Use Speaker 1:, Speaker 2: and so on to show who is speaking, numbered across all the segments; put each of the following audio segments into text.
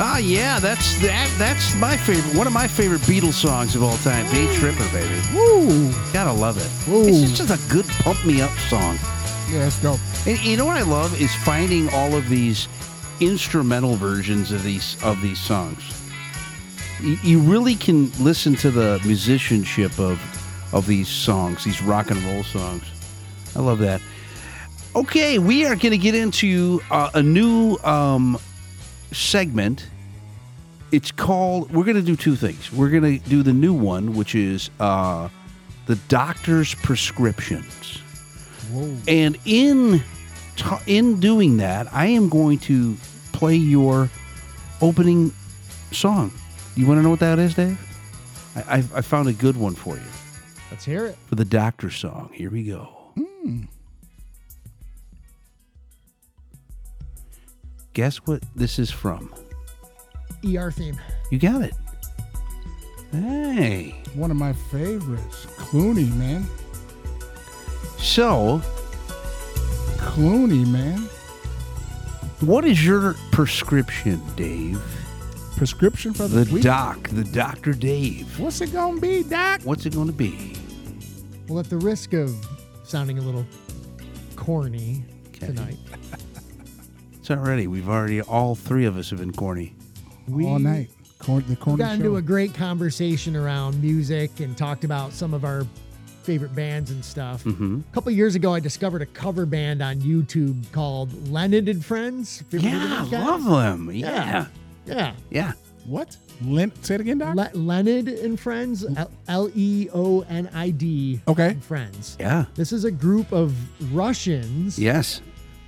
Speaker 1: Ah, yeah, that's that. That's my favorite. One of my favorite Beatles songs of all time. Day Tripper, baby.
Speaker 2: Woo!
Speaker 1: Gotta love it.
Speaker 2: Ooh.
Speaker 1: It's just, just a good pump me up song.
Speaker 2: Yeah, that's dope.
Speaker 1: And you know what I love is finding all of these instrumental versions of these of these songs. You, you really can listen to the musicianship of of these songs, these rock and roll songs. I love that. Okay, we are going to get into uh, a new um, segment. It's called. We're going to do two things. We're going to do the new one, which is uh, the doctor's prescriptions.
Speaker 2: Whoa.
Speaker 1: And in t- in doing that, I am going to play your opening song. You want to know what that is, Dave? I, I, I found a good one for you
Speaker 2: Let's hear it.
Speaker 1: for the doctor song. Here we go.
Speaker 2: Hmm.
Speaker 1: Guess what this is from?
Speaker 3: E
Speaker 2: ER theme.
Speaker 1: You got it. Hey.
Speaker 2: One of my favorites. Clooney, man.
Speaker 1: So,
Speaker 2: Clooney, man.
Speaker 1: what is your prescription, Dave?
Speaker 2: Prescription for the,
Speaker 1: The
Speaker 2: week.
Speaker 1: doc, the Dr. Dave.
Speaker 2: What's it gonna be, Doc?
Speaker 1: What's it going to be?
Speaker 3: Well, at the risk of sounding a little corny
Speaker 1: Okay.
Speaker 3: tonight,
Speaker 1: It's already. We've already. All three of us have been corny.
Speaker 3: we
Speaker 2: All night. Cor- the corner
Speaker 3: got
Speaker 2: show.
Speaker 3: into a great conversation around music and talked about some of our favorite bands and stuff.
Speaker 1: Hmm.
Speaker 3: A couple years ago, I discovered a cover band on YouTube called Leonard and Friends. If you remember
Speaker 1: Yeah,
Speaker 3: those guys?
Speaker 1: love them. Yeah,
Speaker 3: Yeah.
Speaker 1: yeah.
Speaker 2: what? Len- say it again, Doc.
Speaker 3: Le- Leonard and Friends, L E O N I D.
Speaker 2: Okay.
Speaker 3: and Friends.
Speaker 1: Yeah.
Speaker 3: This is a group of Russians
Speaker 1: Yes.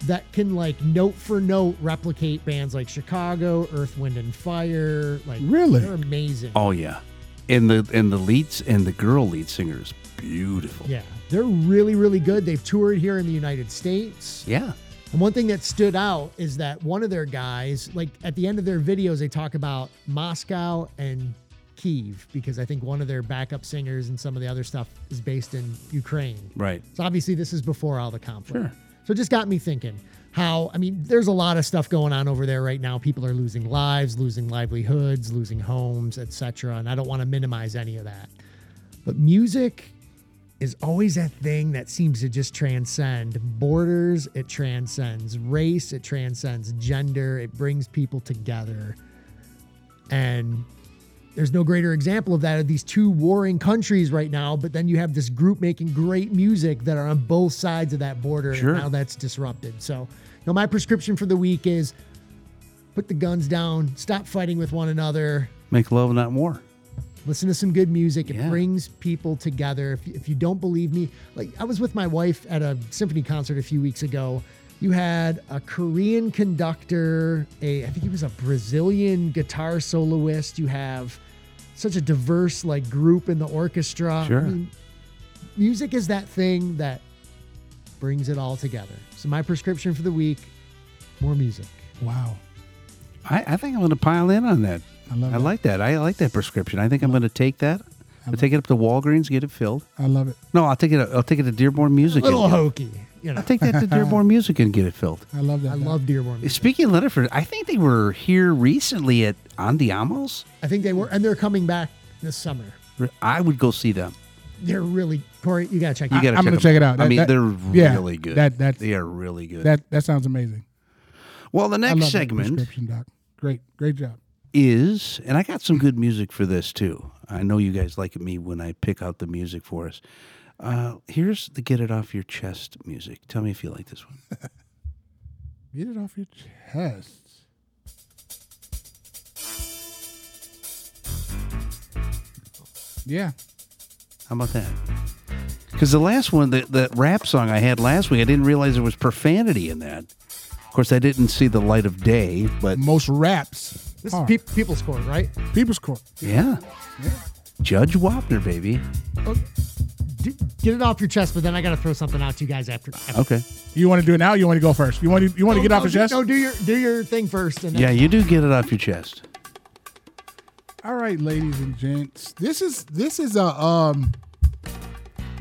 Speaker 3: that can like note for note replicate bands like Chicago, Earth, Wind and Fire. Like
Speaker 2: Really?
Speaker 3: they're amazing.
Speaker 1: Oh yeah. And the and the leads and the girl lead singer is beautiful.
Speaker 3: Yeah, they're really really good. They've toured here in the United States.
Speaker 1: Yeah.
Speaker 3: And one thing that stood out is that one of their guys, like at the end of their videos, they talk about Moscow and Kiev because I think one of their backup singers and some of the other stuff is based in Ukraine.
Speaker 1: Right.
Speaker 3: So obviously this is before all the conflict.
Speaker 1: Sure.
Speaker 3: So it just got me thinking how I mean there's a lot of stuff going on over there right now. People are losing lives, losing livelihoods, losing homes, etc. And I don't want to minimize any of that. But music is always that thing that seems to just transcend borders, it transcends race, it transcends gender, it brings people together. And there's no greater example of that of these two warring countries right now, but then you have this group making great music that are on both sides of that border
Speaker 1: Sure.
Speaker 3: and now that's disrupted. So, you know, my prescription for the week is put the guns down, stop fighting with one another,
Speaker 1: Make love, not war.
Speaker 3: listen to some good music. It
Speaker 1: Yeah.
Speaker 3: brings people together. If, if you don't believe me, like I was with my wife at a symphony concert a few weeks ago. You had a Korean conductor, a I think he was a Brazilian guitar soloist. You have such a diverse like group in the orchestra. I
Speaker 1: Sure.
Speaker 3: mean, music is that thing that brings it all together. So my prescription for the week: more music.
Speaker 2: wow.
Speaker 1: I, I think I'm going to pile in on that.
Speaker 2: I love
Speaker 1: I
Speaker 2: that.
Speaker 1: like that. I like that prescription. I think I'm going to take that. I'll take it up to Walgreens, get it filled.
Speaker 2: I love it.
Speaker 1: No, I'll take it. I'll take it to Dearborn Music. and
Speaker 3: little
Speaker 1: get-
Speaker 3: hokey, you know.
Speaker 1: I'll take that to Dearborn Music and get it filled.
Speaker 2: I love that.
Speaker 3: I
Speaker 2: Doc.
Speaker 3: love Dearborn. Music.
Speaker 1: Speaking of Letterford, I think they were here recently at Andiamo's.
Speaker 3: I think they were, and they're coming back this summer.
Speaker 1: I would go see them.
Speaker 3: They're really Corey. You gotta check.
Speaker 1: You
Speaker 3: it out.
Speaker 1: got to
Speaker 2: I'm gonna
Speaker 1: them.
Speaker 2: check it out.
Speaker 1: I
Speaker 2: That-
Speaker 1: mean,
Speaker 2: that-
Speaker 1: they're
Speaker 2: yeah,
Speaker 1: really good.
Speaker 2: that- that's-
Speaker 1: they are really good.
Speaker 2: that. That sounds amazing.
Speaker 1: well, the
Speaker 2: I
Speaker 1: next
Speaker 2: love that
Speaker 1: segment
Speaker 2: prescription, Doc. Great, great job.
Speaker 1: is, and I got some good music for this too. I know you guys like me when I pick out the music for us. Uh, here's the "Get It Off Your Chest" music. Tell me if you like this one.
Speaker 2: Get it off your chest. Yeah.
Speaker 1: How about that? Because the last one, that that rap song I had last week, I didn't realize there was profanity in that. Of course, I didn't see the light of day, but
Speaker 2: Most raps.
Speaker 3: This
Speaker 2: are
Speaker 3: is peop People's Court, right?
Speaker 2: People's Court.
Speaker 1: yeah, Judge Wapner, baby.
Speaker 3: D- get it off your chest, but then I gotta throw something out to you guys after. after.
Speaker 1: Okay.
Speaker 2: You want to do it now? Or you want to go first? You want to? You want to Uh, get
Speaker 3: No,
Speaker 2: off your
Speaker 3: do-
Speaker 2: chest?
Speaker 3: No, do your do your thing first, and then
Speaker 1: Yeah, you do get it off your chest.
Speaker 2: All right, ladies and gents. This is this is a um.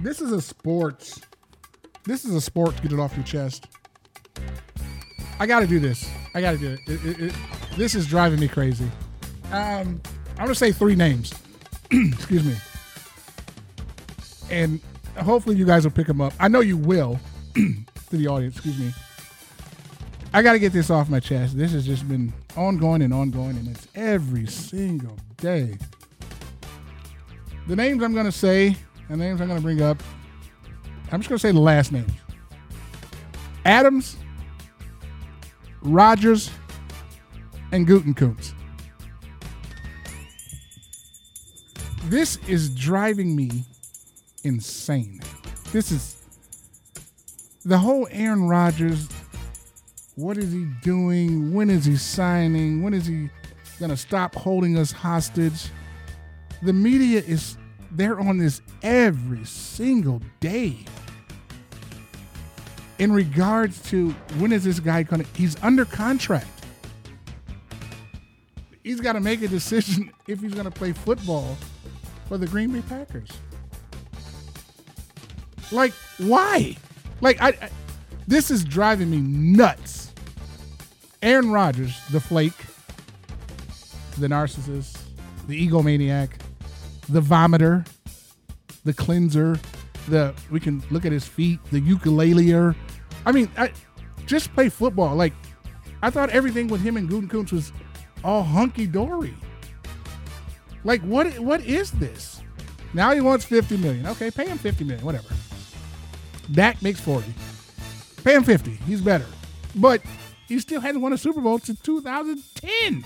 Speaker 2: This is a sports. This is a sports. Get it off your chest. I got to do this. I got to do it. It, it, it. This is driving me crazy. Um, I'm gonna say three names. Excuse me. And hopefully you guys will pick them up. I know you will. to the audience, excuse me. I gotta get this off my chest. This has just been ongoing and ongoing, and it's every single day. The names I'm gonna say, and the names I'm gonna bring up, I'm just gonna say the last names. Adams, Rogers, and Gutenkunz. This is driving me insane. This is the whole Aaron Rodgers. What is he doing? When is he signing? When is he gonna stop holding us hostage? The media is they're on this every single day. In regards to when is this guy gonna he's under contract. He's gotta make a decision if he's gonna play football for the Green Bay Packers. Like, why? Like I, I- this is driving me nuts. Aaron Rodgers, the flake, the narcissist, the egomaniac, the vomiter, the cleanser, the we can look at his feet, the ukuleleer. I mean, I just play football. Like I thought everything with him and Gutenkunz was all hunky dory. Like what what is this? Now he wants 50 million. Okay, pay him 50 million, whatever. Dak makes 40. Pay him 50. He's better. But he still hasn't won a Super Bowl since 2010.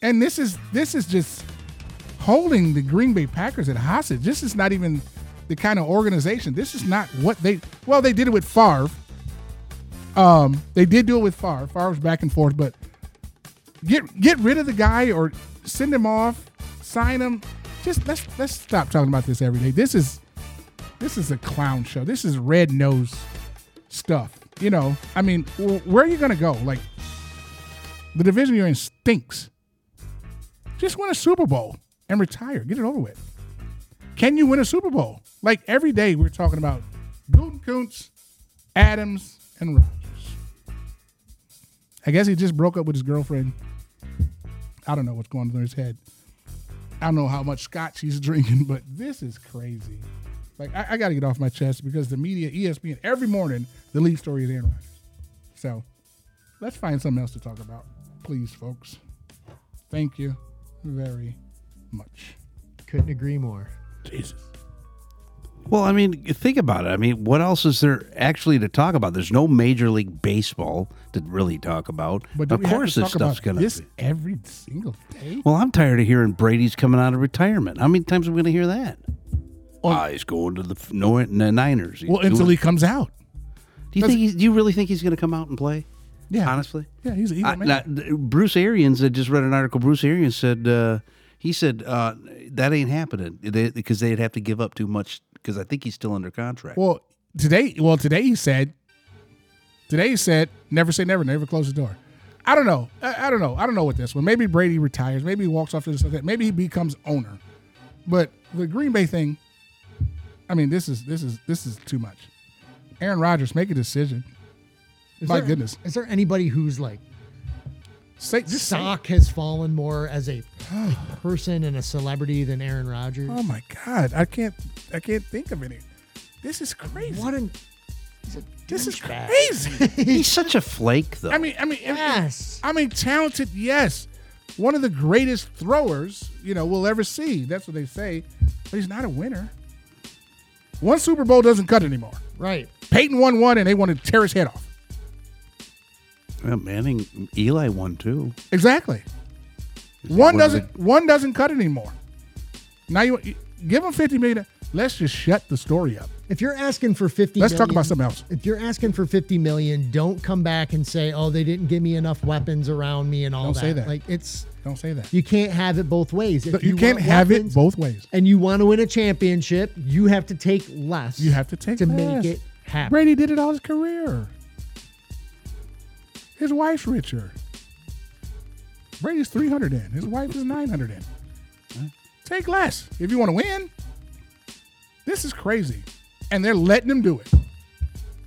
Speaker 2: And this is this is just holding the Green Bay Packers at hostage. This is not even the kind of organization. This is not what they well, they did it with Favre. Um, they did do it with Favre. Favre was back and forth, but get get rid of the guy or send him off, sign him. Just let's let's stop talking about this every day. This is this is a clown show. This is red nose stuff. You know, I mean, wh- where are you gonna go? Like, the division you're in stinks. Just win a Super Bowl and retire. Get it over with. Can you win a Super Bowl? Like every day we're talking about Gutekunst, Adams, and Rodgers. I guess he just broke up with his girlfriend. I don't know what's going on in his head. I don't know how much scotch he's drinking, but this is crazy. Like I, I got to get off my chest because the media, E ESPN, every morning the lead story is Aaron Rodgers. So let's find something else to talk about, please, folks. Thank you very much.
Speaker 3: Couldn't agree more.
Speaker 2: Jesus.
Speaker 1: Well, I mean, think about it. I mean, what else is there actually to talk about? There's no Major League Baseball to really talk about.
Speaker 2: But do
Speaker 1: of
Speaker 2: we
Speaker 1: course,
Speaker 2: have
Speaker 1: this
Speaker 2: to talk
Speaker 1: stuff's
Speaker 2: about
Speaker 1: gonna.
Speaker 2: this
Speaker 1: be-
Speaker 2: every single day.
Speaker 1: Well, I'm tired of hearing Brady's coming out of retirement. How many times are we gonna hear that? Ah, he's going to the f- no, the Niners. He's
Speaker 2: Well, until
Speaker 1: doing-
Speaker 2: he comes out.
Speaker 1: do you think? He's, do you really think he's gonna come out and play?
Speaker 2: Yeah.
Speaker 1: honestly.
Speaker 2: Yeah, he's an
Speaker 1: I,
Speaker 2: evil man.
Speaker 1: now, th- Bruce Arians, I just read an article. Bruce Arians said, uh, he said, uh, that ain't happening because they, would have to give up too much because I think he's still under contract.
Speaker 2: Well, today, well, today he said, today he said, never say never, never close the door. I don't know. I, I don't know. I don't know what this one. Maybe Brady retires. Maybe he walks off to the sunset. Maybe he becomes owner. But the Green Bay thing, I mean, this is this is this is too much. Aaron Rodgers, make a decision.
Speaker 3: Is
Speaker 2: My
Speaker 3: there-
Speaker 2: goodness.
Speaker 3: Is there anybody who's like
Speaker 2: Say, just say-
Speaker 3: stock has fallen more as a, a person and a celebrity than Aaron Rodgers?
Speaker 2: Oh my God, I can't I can't think of any. This is crazy.
Speaker 3: what an
Speaker 2: this is
Speaker 3: douchebag.
Speaker 2: crazy.
Speaker 1: he's such a flake, though.
Speaker 2: I mean, I mean, I mean-
Speaker 3: Yes.
Speaker 2: I mean, talented, yes. One of the greatest throwers, you know, we'll ever see. That's what they say. But he's not a winner. One Super Bowl doesn't cut it anymore.
Speaker 3: Right.
Speaker 2: Peyton won one and they wanted to tear his head off.
Speaker 1: Well, Manning, Oh, Eli won too.
Speaker 2: Exactly. One
Speaker 1: what
Speaker 2: doesn't one doesn't cut it anymore. Now you you- give him 50 million. Let's just shut the story up.
Speaker 3: If you're asking for 50
Speaker 2: Let's talk about
Speaker 3: million-
Speaker 2: something else.
Speaker 3: If you're asking for 50 million, don't come back and say, "Oh, they didn't give me enough weapons around me and all
Speaker 2: Don't
Speaker 3: that."
Speaker 2: say that.
Speaker 3: Like it's
Speaker 2: Don't say that. You,
Speaker 3: you can't have it both ways. If
Speaker 2: can't
Speaker 3: want
Speaker 2: have
Speaker 3: weapons
Speaker 2: it both ways.
Speaker 3: and you want to win a championship, you have to take less.
Speaker 2: You have to take
Speaker 3: to
Speaker 2: less.
Speaker 3: make it happen.
Speaker 2: Brady did it all his career. His wife's richer. Brady's 300 in. His wife is 900 in. Take less if you want to win. This is crazy. And they're letting him do it.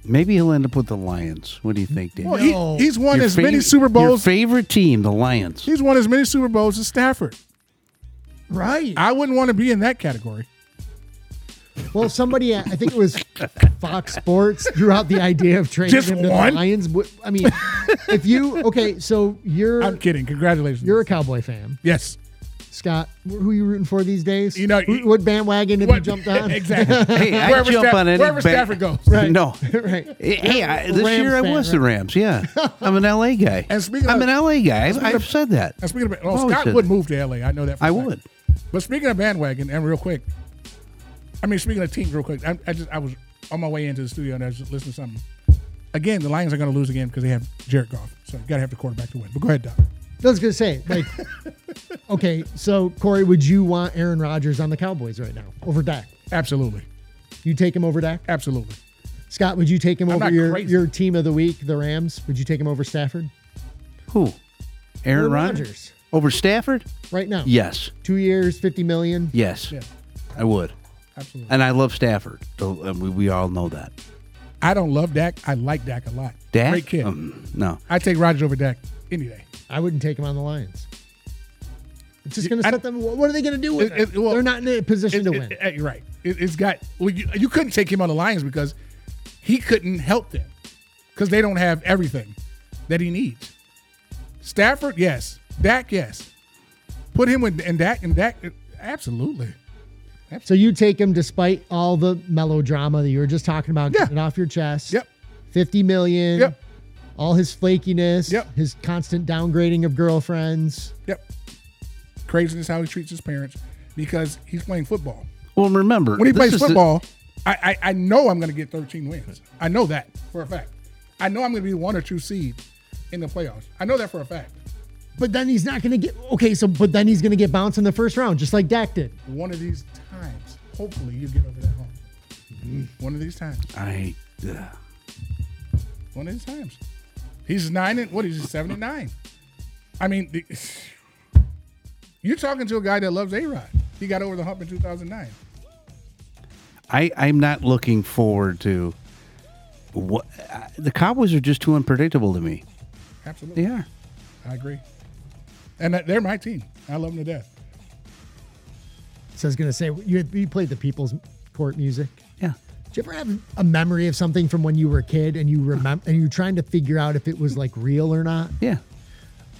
Speaker 1: Maybe he'll end up with the Lions. What do you think, Dan?
Speaker 2: Well,
Speaker 3: No.
Speaker 2: he, he's won
Speaker 1: Your
Speaker 2: as
Speaker 1: favorite-
Speaker 2: many Super Bowls.
Speaker 1: Your favorite team, the Lions.
Speaker 2: he's won as many Super Bowls as Stafford.
Speaker 3: Right.
Speaker 2: I wouldn't want to be in that category.
Speaker 3: Well, somebody, I think it was Fox Sports, threw out the idea of trading
Speaker 2: Just
Speaker 3: him to
Speaker 2: one?
Speaker 3: the Lions. Wh- I mean, if you okay, so you're
Speaker 2: I'm kidding. Congratulations.
Speaker 3: you're a Cowboy fan,
Speaker 2: yes.
Speaker 3: Scott. wh- Who are you rooting for these days?
Speaker 2: You know,
Speaker 3: Who- what bandwagon have you jumped on?
Speaker 2: exactly.
Speaker 1: Hey, I
Speaker 2: Wherever
Speaker 1: jump
Speaker 2: Staff-
Speaker 1: on any
Speaker 2: wherever
Speaker 1: ba-
Speaker 2: Stafford goes.
Speaker 1: No.
Speaker 3: right.
Speaker 1: Hey, I, this
Speaker 3: Rams
Speaker 1: year I
Speaker 3: fan,
Speaker 1: was the Rams. Yeah, I'm an LA guy.
Speaker 2: And speaking
Speaker 1: I'm
Speaker 2: of-
Speaker 1: an LA guy. I've, I've
Speaker 2: of-
Speaker 1: said that.
Speaker 2: And speaking of,
Speaker 1: I've
Speaker 2: well,
Speaker 1: always
Speaker 2: Scott
Speaker 1: said
Speaker 2: would
Speaker 1: that.
Speaker 2: move to LA. I know that. For
Speaker 1: I
Speaker 2: a fact.
Speaker 1: would.
Speaker 2: But speaking of bandwagon, and real quick, I mean, speaking of teams, real quick, I, I just I was on my way into the studio and I was just listening to something. Again, the Lions are going to lose again because they have Jared Goff, so you got to have the quarterback to win. But go ahead, Doc.
Speaker 3: I was gonna say, like, okay, so Corey, would you want Aaron Rodgers on the Cowboys right now over Dak?
Speaker 2: Absolutely,
Speaker 3: You take him over Dak?
Speaker 2: absolutely.
Speaker 3: Scott, would you take him over
Speaker 2: not
Speaker 3: your,
Speaker 2: crazy.
Speaker 3: your team of the week, the Rams? Would you take him over Stafford?
Speaker 1: Who? Aaron
Speaker 3: Aaron
Speaker 1: Rodgers
Speaker 3: Rodgers,
Speaker 1: over Stafford?
Speaker 3: right now.
Speaker 1: Yes,
Speaker 3: Two years, 50 million.
Speaker 1: yes,
Speaker 2: Yeah,
Speaker 1: I would.
Speaker 2: absolutely.
Speaker 1: And I love Stafford. So, uh, we, we all know that.
Speaker 2: I don't love Dak. I like Dak a lot.
Speaker 1: Dak?
Speaker 2: great kid.
Speaker 1: Um, no,
Speaker 2: I take Rodgers over Dak any day.
Speaker 3: I wouldn't take him on the Lions. It's just going to
Speaker 2: I-
Speaker 3: set them. wh- What are they going to do with
Speaker 2: It-
Speaker 3: it?
Speaker 2: it- well,
Speaker 3: They're not in a position to
Speaker 2: It-
Speaker 3: win.
Speaker 2: it- uh, you're right. It, has got. Well, you, you couldn't take him on the Lions because he couldn't help them because they don't have everything that he needs. Stafford, yes. Dak, yes. Put him with and Dak and Dak, uh, absolutely.
Speaker 3: so you take him despite all the melodrama that you were just talking about,
Speaker 2: Yeah.
Speaker 3: getting it off your chest.
Speaker 2: Yep.
Speaker 3: 50 million.
Speaker 2: Yep.
Speaker 3: All his flakiness.
Speaker 2: Yep.
Speaker 3: His constant downgrading of girlfriends.
Speaker 2: Yep. Craziness how he treats his parents because he's playing football.
Speaker 1: Well, remember
Speaker 2: When he
Speaker 1: this
Speaker 2: plays
Speaker 1: is the-
Speaker 2: football, I, I I know I'm going to get 13 wins. I know that for a fact. I know I'm going to be one or two seed in the playoffs. I know that for a fact.
Speaker 3: But then he's not going to get. Okay, so, but then he's going to get bounced in the first round, just like Dak did.
Speaker 2: one of these times, hopefully you get over that hump.
Speaker 1: Mm-hmm.
Speaker 2: One of these times.
Speaker 1: I. Uh,
Speaker 2: One of these times. He's nine and what is he? Seven and nine. I mean, the, you're talking to a guy that loves A Rod. He got over the hump in 2009.
Speaker 1: I, I'm not looking forward to what I- the Cowboys are just too unpredictable to me.
Speaker 2: Absolutely,
Speaker 1: They are.
Speaker 2: I agree. And that- they're my team. I love them to death.
Speaker 3: So I was going to say, you, you played the People's Court music.
Speaker 1: Yeah.
Speaker 3: Do you ever have a memory of something from when you were a kid and you remember and you're trying to figure out if it was like real or not?
Speaker 1: Yeah.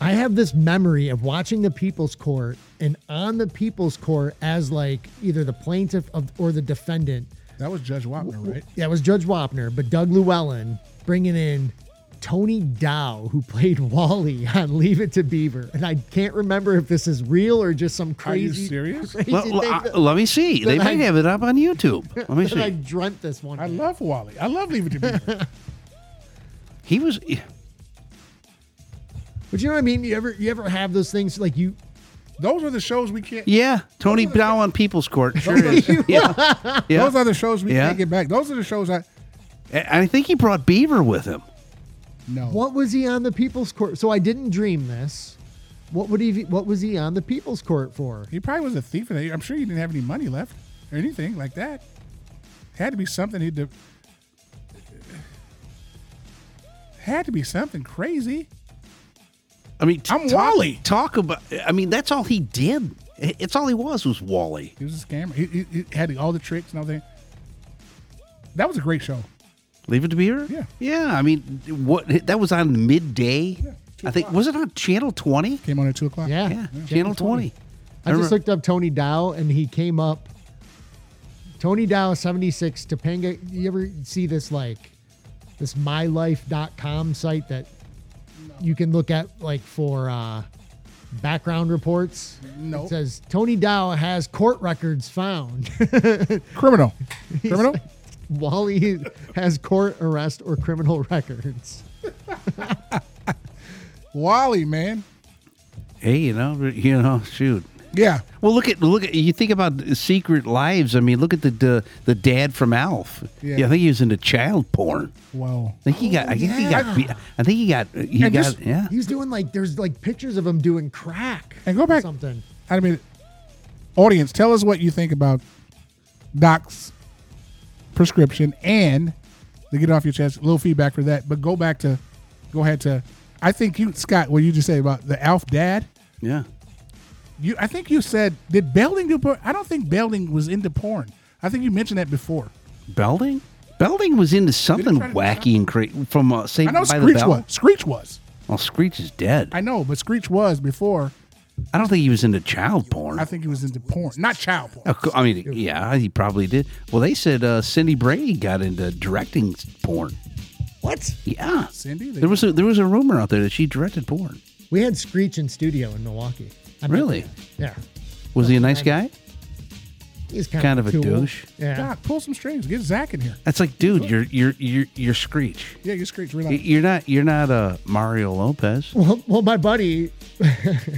Speaker 3: I have this memory of watching the People's Court and on the People's Court as like either the plaintiff of, or the defendant.
Speaker 2: That was Judge Wapner, right?
Speaker 3: That was Judge Wapner, but Doug Llewellyn bringing in Tony Dow, who played Wally on Leave It to Beaver. And I can't remember if this is real or just some
Speaker 2: Are you
Speaker 3: crazy,
Speaker 2: serious?
Speaker 3: crazy
Speaker 1: Well,
Speaker 3: thing
Speaker 1: l-
Speaker 3: that,
Speaker 1: I- let me see. They
Speaker 3: that
Speaker 1: might
Speaker 3: I-
Speaker 1: have it up on YouTube. Let me
Speaker 3: that I
Speaker 1: see.
Speaker 3: dreamt this one.
Speaker 2: I
Speaker 3: day.
Speaker 2: love Wally. I love leaving to Beaver.
Speaker 1: He was.
Speaker 3: But you know what I mean? You ever you ever have those things like you
Speaker 2: Those are the shows we can't.
Speaker 1: Yeah. Tony Dow on People's Court. Sure is. Yeah. yeah.
Speaker 2: Those are the shows we
Speaker 1: Yeah.
Speaker 2: can't get back. Those are the shows I.
Speaker 1: I I think he brought Beaver with him.
Speaker 2: No.
Speaker 3: What was he on the People's Court? So I didn't dream this. What would he? What was he on the People's Court for?
Speaker 2: He probably was a thief. and I'm sure he didn't have any money left or anything like that. Had to be something he would Had to be something crazy.
Speaker 1: I mean, t-
Speaker 2: I'm
Speaker 1: talk-
Speaker 2: Wally.
Speaker 1: Talk about. I mean, that's all he did. I- It's all he was was Wally.
Speaker 2: He was a scammer. He, he, he had all the tricks and everything. That was a great show.
Speaker 1: Leave it to Beaver.
Speaker 2: Yeah.
Speaker 1: Yeah. I mean, what that was on midday.
Speaker 2: two
Speaker 1: I think was it on Channel Twenty?
Speaker 2: Came on at two o'clock.
Speaker 3: Yeah,
Speaker 1: Yeah, Channel 20.
Speaker 3: I just
Speaker 1: remember-
Speaker 3: looked up Tony Dow, and he came up. Tony Dow, seventy six. Topanga. You ever see this like this mylife.com site that you can look at like for uh, background reports?
Speaker 2: Nope.
Speaker 3: It says Tony Dow has court records found.
Speaker 2: Criminal. Criminal.
Speaker 3: Wally has court arrest or criminal records.
Speaker 2: Wally, man.
Speaker 1: Hey, you know, you know, shoot.
Speaker 2: Yeah.
Speaker 1: Well, look at look at you think about Secret Lives. I mean, look at the the, the dad from Alf.
Speaker 2: Yeah.
Speaker 1: Yeah. I think he was into child porn.
Speaker 2: Wow.
Speaker 1: I think he got. I think he got. be- I think he got. He got.
Speaker 2: And just-
Speaker 1: yeah.
Speaker 3: He's doing like there's like pictures of him doing crack
Speaker 2: And go
Speaker 3: or
Speaker 2: back-
Speaker 3: something.
Speaker 2: I mean, audience, tell us what you think about Doc's prescription and to get it off your chest. A little feedback for that, but go back to, go ahead to. I think you, Scott, what you just said about the Alf dad.
Speaker 1: Yeah.
Speaker 2: You, I think you said did Belding do porn? I don't think Belding was into porn. I think you mentioned that before.
Speaker 1: Belding? Belding was into something
Speaker 2: try to do
Speaker 1: wacky and crazy from uh, Saved
Speaker 2: I know
Speaker 1: by the
Speaker 2: Screech
Speaker 1: Bell.
Speaker 2: was. Screech was.
Speaker 1: Well, Screech is dead. I,
Speaker 2: I know, but Screech was before.
Speaker 1: don't think he was into child porn.
Speaker 2: I think he was into porn, not child porn.
Speaker 1: Of cou- I mean, yeah, he probably did. Well, they said uh, Cindy Brady got into directing porn.
Speaker 3: What?
Speaker 1: Yeah,
Speaker 2: Cindy, they-
Speaker 1: There was a, there was a rumor out there that she directed porn.
Speaker 3: We had Screech in studio in Milwaukee. I met
Speaker 1: Really?
Speaker 3: him. Yeah.
Speaker 1: Was he a nice guy?
Speaker 3: He's kind,
Speaker 1: Kind of
Speaker 3: of
Speaker 1: a
Speaker 3: cool.
Speaker 1: douche.
Speaker 3: Yeah.
Speaker 2: God, pull some strings. Get Zach in here.
Speaker 1: That's like, dude, you're you're you're you're Screech.
Speaker 2: Yeah, get Screech.
Speaker 1: Y-
Speaker 2: Relax.
Speaker 1: You're not you're not uh, Mario Lopez.
Speaker 3: Well, well, my buddy,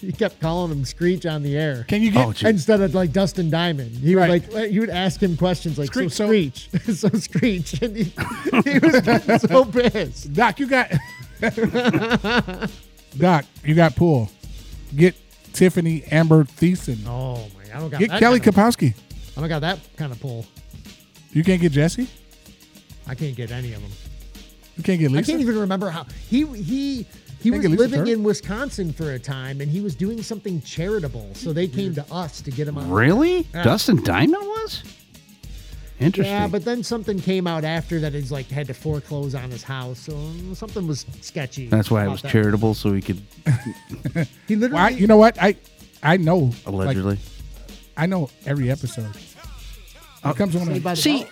Speaker 3: he kept calling him Screech on the air.
Speaker 2: Can you get?
Speaker 1: Oh, gee.
Speaker 3: Instead of like Dustin Diamond, he
Speaker 2: Right.
Speaker 3: would like you would ask him questions like
Speaker 2: Screech, so-
Speaker 3: so screech, so, screech, and he, he was getting so pissed.
Speaker 2: Doc, you got. Doc, you got pull. Get Tiffany Amber Thiessen.
Speaker 3: Oh my! I don't got
Speaker 2: get
Speaker 3: that
Speaker 2: Kelly
Speaker 3: Kind of,
Speaker 2: Kapowski.
Speaker 3: I don't got that kind of pull.
Speaker 2: You can't get Jesse.
Speaker 3: I can't get any of them.
Speaker 2: You can't get Lisa.
Speaker 3: I can't even remember how he he he
Speaker 2: Think
Speaker 3: was
Speaker 2: at least it's
Speaker 3: living
Speaker 2: her.
Speaker 3: in Wisconsin for a time, and he was doing something charitable, so they came to us to get him on.
Speaker 1: Really?
Speaker 3: Yeah.
Speaker 1: Dustin Diamond was? Interesting.
Speaker 3: Yeah, but then something came out after that he's like had to foreclose on his house, so um, something was sketchy.
Speaker 1: That's why it
Speaker 3: about
Speaker 1: was
Speaker 3: that.
Speaker 1: charitable, so he could
Speaker 3: He literally,
Speaker 2: Well, I, you know what? I I know. like,
Speaker 1: allegedly.
Speaker 2: I know every episode.
Speaker 3: Oh,
Speaker 2: It comes on.
Speaker 3: Saved by
Speaker 2: a-
Speaker 3: the
Speaker 1: See,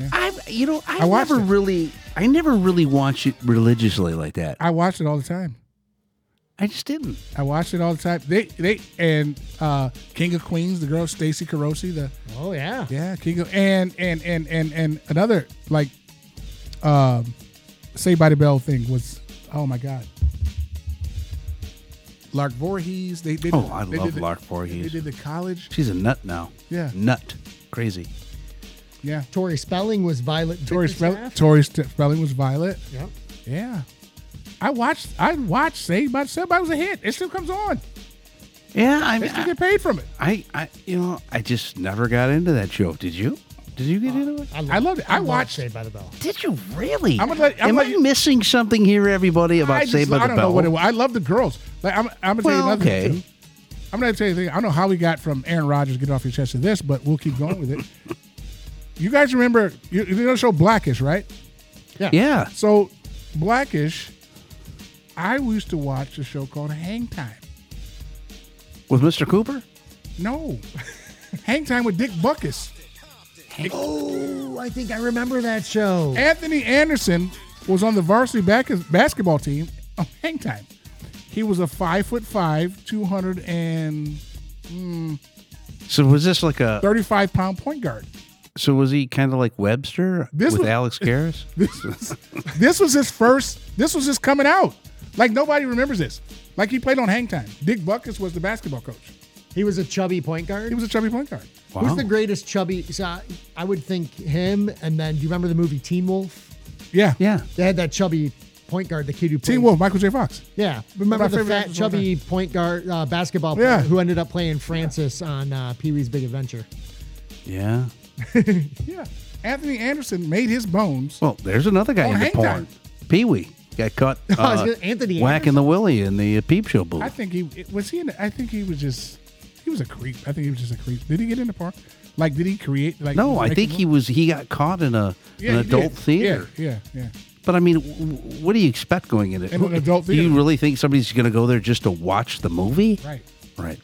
Speaker 3: Bell.
Speaker 1: I've you know I,
Speaker 2: I watched
Speaker 1: never
Speaker 2: it.
Speaker 1: really I never really watched it religiously like that.
Speaker 2: I watched it all the time.
Speaker 1: I just didn't.
Speaker 2: I watched it all the time. They they and uh King of Queens, the girl Stacy Carosi, the
Speaker 3: oh yeah,
Speaker 2: yeah King of and and and and and another like um Say by the Bell thing was oh my god. Lark Voorhees, they did.
Speaker 1: Oh, I
Speaker 2: they
Speaker 1: love
Speaker 2: did the-
Speaker 1: Lark Voorhees.
Speaker 2: They did the college.
Speaker 1: She's a nut now.
Speaker 2: Yeah.
Speaker 1: Nut. Crazy.
Speaker 2: Yeah,
Speaker 3: Tori Spelling was Violet.
Speaker 2: Tori Spelling.
Speaker 3: Bickerstaff.
Speaker 2: Tori St- Spelling was Violet.
Speaker 3: Yep.
Speaker 2: Yeah, I watched. I watched Saved by the Bell. It was a hit. It still comes on.
Speaker 1: Yeah, I
Speaker 2: They
Speaker 1: mean,
Speaker 2: still
Speaker 1: I,
Speaker 2: get paid from it.
Speaker 1: I, I you know, I just never got into that show. Did you? Did you get into it?
Speaker 2: Uh, I loved it. I watched-
Speaker 3: Saved by the Bell.
Speaker 1: Did you really?
Speaker 2: I'm gonna let-
Speaker 1: Am
Speaker 2: I'm gonna let
Speaker 1: I
Speaker 2: you-
Speaker 1: missing something here, everybody, about
Speaker 2: I
Speaker 1: Saved
Speaker 2: just,
Speaker 1: by the
Speaker 2: I don't
Speaker 1: Bell?
Speaker 2: know what it was. I love the girls. Like I'm, I'm gonna tell you
Speaker 1: Well,
Speaker 2: another
Speaker 1: okay.
Speaker 2: thing. Too. I'm gonna tell you a thing. I don't know how we got from Aaron Rodgers get off your chest to this, but we'll keep going with it. you guys remember you, you know the show Blackish, right?
Speaker 1: yeah.
Speaker 2: So Blackish, I used to watch a show called Hang Time.
Speaker 1: With Mr. Cooper?
Speaker 2: No, Hang Time with Dick Buckus.
Speaker 3: Oh, I think I remember that show.
Speaker 2: Anthony Anderson was on the varsity back- basketball team on hang time. He was a five foot five, two hundred and
Speaker 1: So was this like a
Speaker 2: thirty-five pound point guard.
Speaker 1: so was he kind of like Webster
Speaker 2: This
Speaker 1: with
Speaker 2: was-
Speaker 1: Alex Karras?
Speaker 2: This was, this was his first. This was his coming out. Like nobody remembers this. Like he played on hang time. Dick Buckus was the basketball coach.
Speaker 3: He was a chubby point guard.
Speaker 2: He was a chubby point guard.
Speaker 1: Wow.
Speaker 3: Who's the greatest chubby? So I, I would think him. And then, do you remember the movie Teen Wolf?
Speaker 2: Yeah.
Speaker 1: yeah.
Speaker 3: They had that chubby point guard, the kid who played.
Speaker 2: Team Wolf, Michael J. Fox.
Speaker 3: Yeah,
Speaker 2: One
Speaker 3: remember
Speaker 2: of my
Speaker 3: the
Speaker 2: favorite
Speaker 3: fat,
Speaker 2: actors of all
Speaker 3: chubby point guard uh, basketball player
Speaker 2: Yeah.
Speaker 3: who ended up playing Francis on uh, Pee Wee's Big Adventure.
Speaker 1: Yeah.
Speaker 2: Yeah. Anthony Anderson made his bones.
Speaker 1: Well, there's another guy in
Speaker 2: Oh,
Speaker 1: the
Speaker 2: hang
Speaker 1: porn.
Speaker 2: time.
Speaker 1: Pee Wee got caught
Speaker 3: I was
Speaker 1: uh,
Speaker 3: gonna- Anthony
Speaker 1: whacking the willy in the uh, peep show booth.
Speaker 2: I think he was he. In, I think he was just. He was a creep. I think he was just a creep. Did he get in the park? Like, did he create? Like,
Speaker 1: no,
Speaker 2: was
Speaker 1: I
Speaker 2: making
Speaker 1: think he was he got caught in a
Speaker 2: Yeah,
Speaker 1: an
Speaker 2: he
Speaker 1: adult
Speaker 2: did.
Speaker 1: theater.
Speaker 2: Yeah, yeah, yeah.
Speaker 1: But I mean, w- w- what do you expect going into
Speaker 2: In an adult
Speaker 1: Do you
Speaker 2: theater.
Speaker 1: really think somebody's going to go there just to watch the movie?
Speaker 2: Right.
Speaker 1: Right.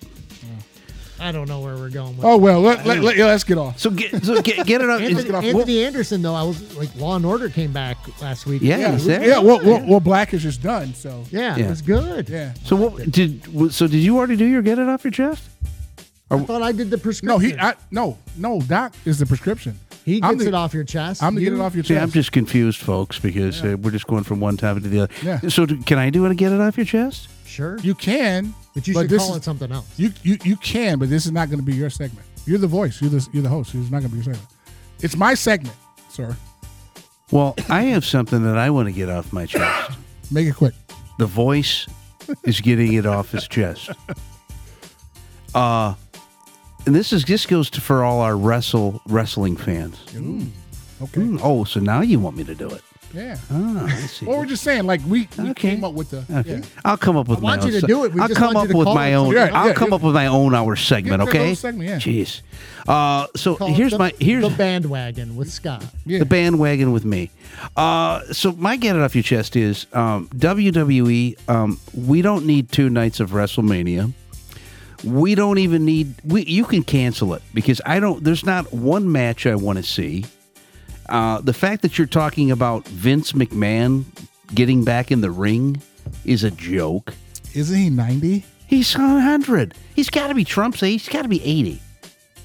Speaker 3: I don't know where we're going with.
Speaker 2: Oh well, let, let, let, yeah, let's get off.
Speaker 1: So get so get, get it up.
Speaker 3: Anthony,
Speaker 1: Well,
Speaker 3: Anthony Anderson though, I was like Law and Order came back last week.
Speaker 1: Yeah, he's there.
Speaker 2: Yeah, well, well, well, Black is just done. So
Speaker 3: yeah,
Speaker 1: Yeah.
Speaker 3: it was good.
Speaker 2: yeah,
Speaker 1: So what did w- so did you already do your get it off your chest?
Speaker 3: I thought I did the prescription.
Speaker 2: no, he, I, no, no. Doc is the prescription.
Speaker 3: he gets
Speaker 2: I'm the,
Speaker 3: it off your chest.
Speaker 2: I'm the get it
Speaker 3: You-
Speaker 2: off your
Speaker 1: See, I'm
Speaker 2: chest.
Speaker 1: just confused, folks, because uh, we're just going from one topic to the other.
Speaker 2: Yeah.
Speaker 1: So do, can I do it and get it off your chest?
Speaker 3: Sure,
Speaker 2: you can,
Speaker 3: but you should
Speaker 2: this
Speaker 3: call
Speaker 2: is-
Speaker 3: it something else.
Speaker 2: You, you you can, but this is not going to be your segment. You're the voice. You're the you're the host. It's not going to be your segment. It's my segment, sir.
Speaker 1: Well, I have something that I want to get off my chest.
Speaker 2: Make it quick.
Speaker 1: The voice is getting it off his chest. Uh, and this is this goes to for all our wrestle wrestling fans.
Speaker 2: Okay.
Speaker 3: Mm.
Speaker 1: Hmm, oh, so now you want me to do it?
Speaker 2: Yeah.
Speaker 1: Ah, I see.
Speaker 2: Well, we're just saying, like we, we
Speaker 1: Okay.
Speaker 2: came up with the
Speaker 1: Okay.
Speaker 2: yeah.
Speaker 1: I'll come up with my
Speaker 3: want
Speaker 1: own.
Speaker 3: you to
Speaker 1: se-
Speaker 3: do it. We
Speaker 1: I'll
Speaker 3: just
Speaker 1: come
Speaker 3: want
Speaker 1: up
Speaker 3: you to
Speaker 1: with
Speaker 3: call
Speaker 1: my
Speaker 3: it
Speaker 1: own.
Speaker 2: something. Yeah,
Speaker 1: I'll
Speaker 2: yeah,
Speaker 1: come
Speaker 2: you-
Speaker 1: up with my own hour segment.
Speaker 2: your
Speaker 1: Okay.
Speaker 2: own segment, yeah.
Speaker 1: Jeez. Uh, so
Speaker 3: Call it
Speaker 1: here's
Speaker 3: the-
Speaker 1: my here's
Speaker 3: the bandwagon with Scott.
Speaker 2: yeah.
Speaker 1: the bandwagon with me. Uh, so my get it off your chest is um, WWE. Um, we don't need two nights of WrestleMania. We don't even need. We you can cancel it because I don't. There's not one match I want to see. Uh, the fact that you're talking about Vince McMahon getting back in the ring is a joke.
Speaker 2: Isn't he ninety?
Speaker 1: He's 100. He's got to be Trump's age. He's got to be 80.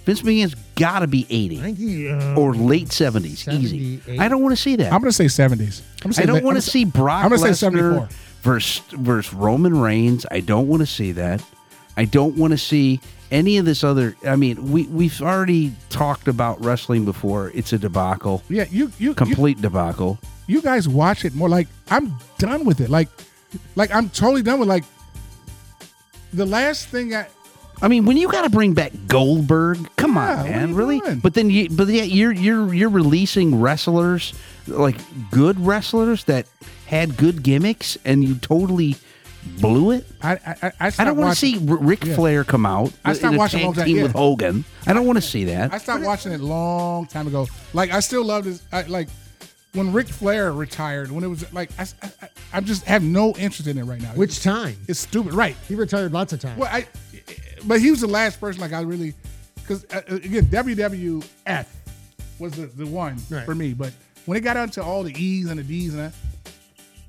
Speaker 1: Vince McMahon's got to be 80
Speaker 3: uh,
Speaker 2: Oh,
Speaker 1: or late 70s. Easy.
Speaker 3: 78.
Speaker 1: I don't want to see that.
Speaker 2: I'm gonna say seventies.
Speaker 1: I don't want to see Brock
Speaker 2: I'm gonna say
Speaker 1: Lesnar
Speaker 2: 74.
Speaker 1: versus, versus Roman Reigns. I don't want to see that. I don't want to see any of this other. I mean, we, we've already talked about wrestling before. It's a debacle,
Speaker 2: Yeah, you you, you
Speaker 1: complete debacle.
Speaker 2: you guys watch it more. Like I'm done with it. Like like I'm totally done with like the last thing I
Speaker 1: I mean, when you got to bring back Goldberg, come
Speaker 2: Yeah,
Speaker 1: on,
Speaker 2: what are
Speaker 1: man,
Speaker 2: you
Speaker 1: really?
Speaker 2: doing?
Speaker 1: But then, you, but yeah, you're you're you're releasing wrestlers like good wrestlers that had good gimmicks, and you totally blew it.
Speaker 2: I I I, I,
Speaker 1: I don't want to see
Speaker 2: watching,
Speaker 1: R- Ric
Speaker 2: yeah.
Speaker 1: Flair come out
Speaker 2: I stopped
Speaker 1: in a
Speaker 2: watching
Speaker 1: tag
Speaker 2: all that,
Speaker 1: team
Speaker 2: yeah.
Speaker 1: with Hogan. I don't want to see that.
Speaker 2: I stopped watching it long time ago. Like I still love this. I, like when Ric Flair retired, when it was like I, I, I- I just have no interest in it right now.
Speaker 3: Which time?
Speaker 2: it's stupid, right?
Speaker 3: He retired lots of times.
Speaker 2: Well, I, but he was the last person like I really, because uh, again WWF was the, the one
Speaker 3: Right.
Speaker 2: for me. But when it got onto all the E's and the D's and that,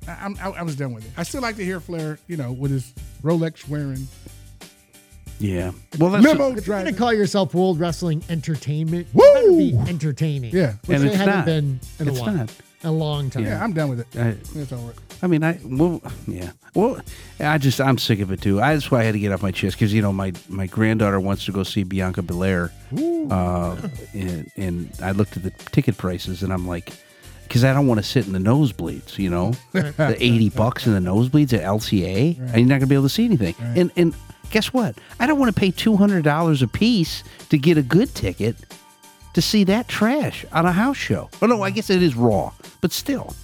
Speaker 2: I, I'm, I, I was done with it. I still like to hear Flair, you know, with his Rolex wearing
Speaker 1: yeah. Well, that's
Speaker 2: limo
Speaker 3: If you're going
Speaker 2: driving.
Speaker 3: to call yourself World Wrestling Entertainment,
Speaker 2: Woo!
Speaker 3: you better be entertaining.
Speaker 2: Yeah.
Speaker 3: Which
Speaker 1: And
Speaker 3: they
Speaker 1: it's
Speaker 3: haven't
Speaker 1: not.
Speaker 3: been in
Speaker 1: It's
Speaker 3: a while.
Speaker 1: not.
Speaker 3: A long time.
Speaker 2: yeah, I'm done with it.
Speaker 1: I-
Speaker 2: it's over.
Speaker 1: I mean, I well, yeah. Well, I just I'm sick of it too. I, that's why I had to get off my chest because you know my my granddaughter wants to go see Bianca Belair, uh, and and I looked at the ticket prices and I'm like, because I don't want to sit in the nosebleeds, you know, the eighty bucks in the nosebleeds at LCA, and you're not gonna be able to see anything. And and guess what? I don't want to pay two hundred dollars a piece to get a good ticket to see that trash on a house show. Oh no, I guess it is Raw, but still.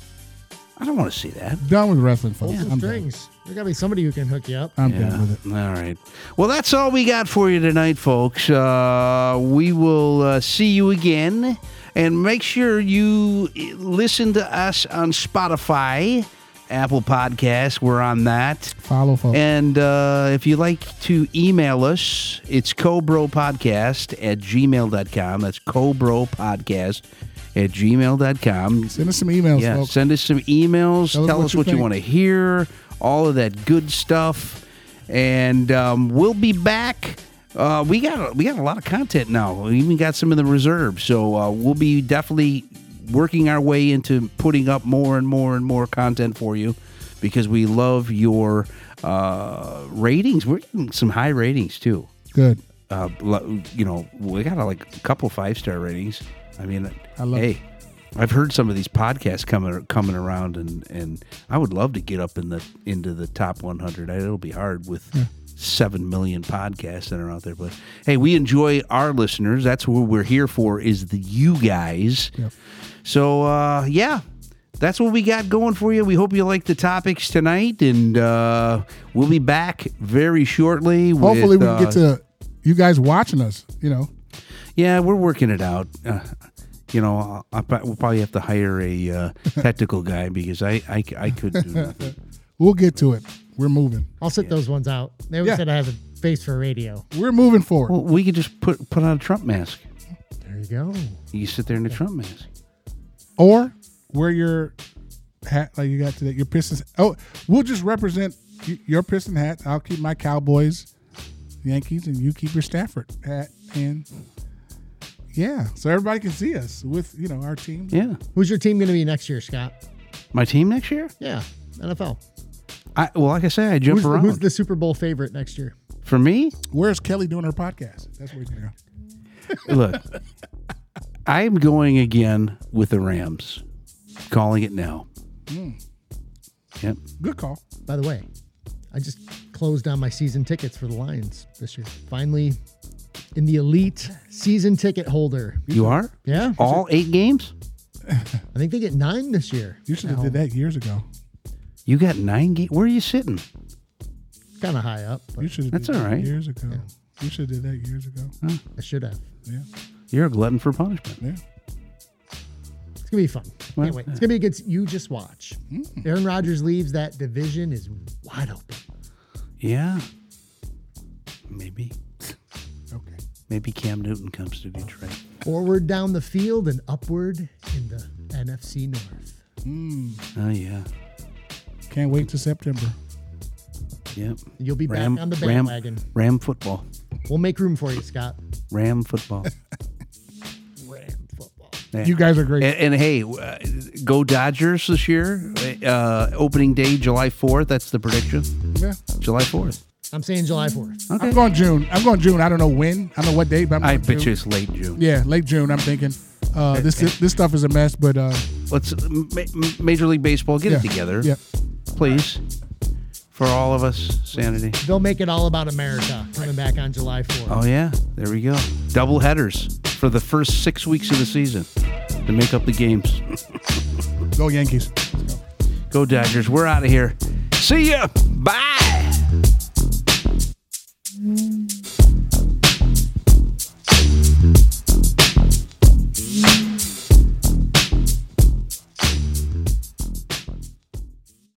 Speaker 1: I don't want to see that.
Speaker 2: Done with wrestling, folks.
Speaker 3: Pull some
Speaker 2: I'm done. Uh,
Speaker 3: strings. There got to be somebody who can hook you up.
Speaker 2: I'm
Speaker 1: Yeah.
Speaker 2: done with it.
Speaker 1: All right. Well, that's all we got for you tonight, folks. Uh, we will uh, see you again. And make sure you eh, listen to us on Spotify, Apple Podcasts. We're on that.
Speaker 2: Follow, folks.
Speaker 1: And uh, if you like to email us, it's cobropodcast at gmail.com. That's cobropodcast at gmail.com.
Speaker 2: Send us some emails,
Speaker 1: Yeah,
Speaker 2: folks.
Speaker 1: send us some emails. Tell us, what, you,
Speaker 2: think.
Speaker 1: want to hear. All of that good stuff, and um, we'll be back. Uh, we got a, we got a lot of content now. We even got some in the reserve, so uh, we'll be definitely working our way into putting up more and more and more content for you because we love your uh, ratings. We're getting some high ratings too
Speaker 2: Good.
Speaker 1: uh, lo- you know, we got like a couple five star ratings. I mean,
Speaker 2: I love
Speaker 1: hey, I've heard some of these podcasts coming coming around, and and I would love to get up in the into the top 100. I- It'll be hard with.
Speaker 2: Hmm.
Speaker 1: 7 million podcasts that are out there but hey we enjoy our listeners that's what we're here for is the you guys
Speaker 2: Yep.
Speaker 1: so uh yeah that's what we got going for you we hope you like the topics tonight and uh we'll be back very shortly
Speaker 2: Hopefully,
Speaker 1: with,
Speaker 2: we can
Speaker 1: uh,
Speaker 2: get to you guys watching us. You know,
Speaker 1: yeah, we're working it out. Uh, you know, I'll, I'll, prob- we'll probably have to hire a uh, technical guy because I, I, c- I could do nothing.
Speaker 2: we'll get to it. We're moving.
Speaker 3: I'll sit those ones out. They always
Speaker 2: Yeah.
Speaker 3: said I have a face for radio.
Speaker 2: We're moving forward.
Speaker 1: Well, we could just put put on a Trump mask.
Speaker 3: There you go.
Speaker 1: You sit there in a Trump mask.
Speaker 2: or wear your hat like you got today. Your Pistons. Oh, we'll just represent y- your Piston hat. I'll keep my Cowboys, Yankees, and you keep your Stafford hat. And yeah, so everybody can see us with you know our team.
Speaker 1: Yeah,
Speaker 3: Who's your team going to be next year, Scott?
Speaker 1: my team next year.
Speaker 3: Yeah, NFL.
Speaker 1: I well, like I say, I jump
Speaker 3: Who's the,
Speaker 1: around.
Speaker 3: who's the Super Bowl favorite next year?
Speaker 1: For me,
Speaker 2: Where's Kelly doing her podcast? That's where you go.
Speaker 1: look, I'm going again with the Rams. Calling it now.
Speaker 3: Hmm.
Speaker 1: Yep.
Speaker 2: Good call.
Speaker 3: By the way, I just closed on my season tickets for the Lions this year. Finally, in the elite season ticket holder.
Speaker 1: You are
Speaker 3: Yeah.
Speaker 2: Oh.
Speaker 1: all eight games.
Speaker 3: I think they get nine this year.
Speaker 2: You should have did that years ago.
Speaker 1: You got nine ge- Where are you sitting?
Speaker 3: Kind of high up, but
Speaker 2: You should have.
Speaker 1: That's
Speaker 2: did
Speaker 1: all
Speaker 2: that
Speaker 1: right.
Speaker 2: Years ago. You should have did that years ago.
Speaker 3: I should have.
Speaker 2: Yeah.
Speaker 1: You're a glutton for punishment.
Speaker 2: Yeah.
Speaker 3: It's gonna be fun.
Speaker 1: Well,
Speaker 3: Can't wait.
Speaker 2: uh.
Speaker 3: It's gonna be against you. Just watch.
Speaker 2: Mm.
Speaker 3: Aaron Rodgers leaves that division is wide open.
Speaker 1: Yeah. Maybe.
Speaker 2: Okay.
Speaker 1: Maybe Cam Newton comes to Detroit.
Speaker 3: Forward down the field and upward in the NFC North.
Speaker 1: Oh yeah.
Speaker 2: Can't wait till September.
Speaker 1: Yep.
Speaker 3: You'll be
Speaker 1: Ram
Speaker 3: back on the
Speaker 1: Ram
Speaker 3: bandwagon.
Speaker 1: Ram football.
Speaker 3: We'll make room for you, Scott.
Speaker 1: Ram football.
Speaker 3: Ram football.
Speaker 1: Yeah.
Speaker 2: You guys are great.
Speaker 1: And, and hey, uh, go Dodgers this year. Uh, opening day, July 4th. That's the prediction.
Speaker 2: Yeah.
Speaker 1: July 4th.
Speaker 3: I'm saying July 4th.
Speaker 1: Okay.
Speaker 2: I'm going June. I'm going June. I don't know when. I don't know what date, but I'm
Speaker 1: I
Speaker 2: going
Speaker 1: bet
Speaker 2: June.
Speaker 1: you it's late June.
Speaker 2: Yeah, late June. I'm thinking. Uh, this this stuff is a mess, but uh,
Speaker 1: Let's ma- ma- Major League Baseball get
Speaker 2: yeah,
Speaker 1: it together,
Speaker 2: Yeah,
Speaker 1: please, for all of us. Sanity.
Speaker 3: They'll make it all about America coming back on July 4th.
Speaker 1: Oh yeah, there we go. Double headers for the first six weeks of the season to make up the games.
Speaker 2: go Yankees.
Speaker 1: Go Dodgers. We're out of here. See ya. Bye.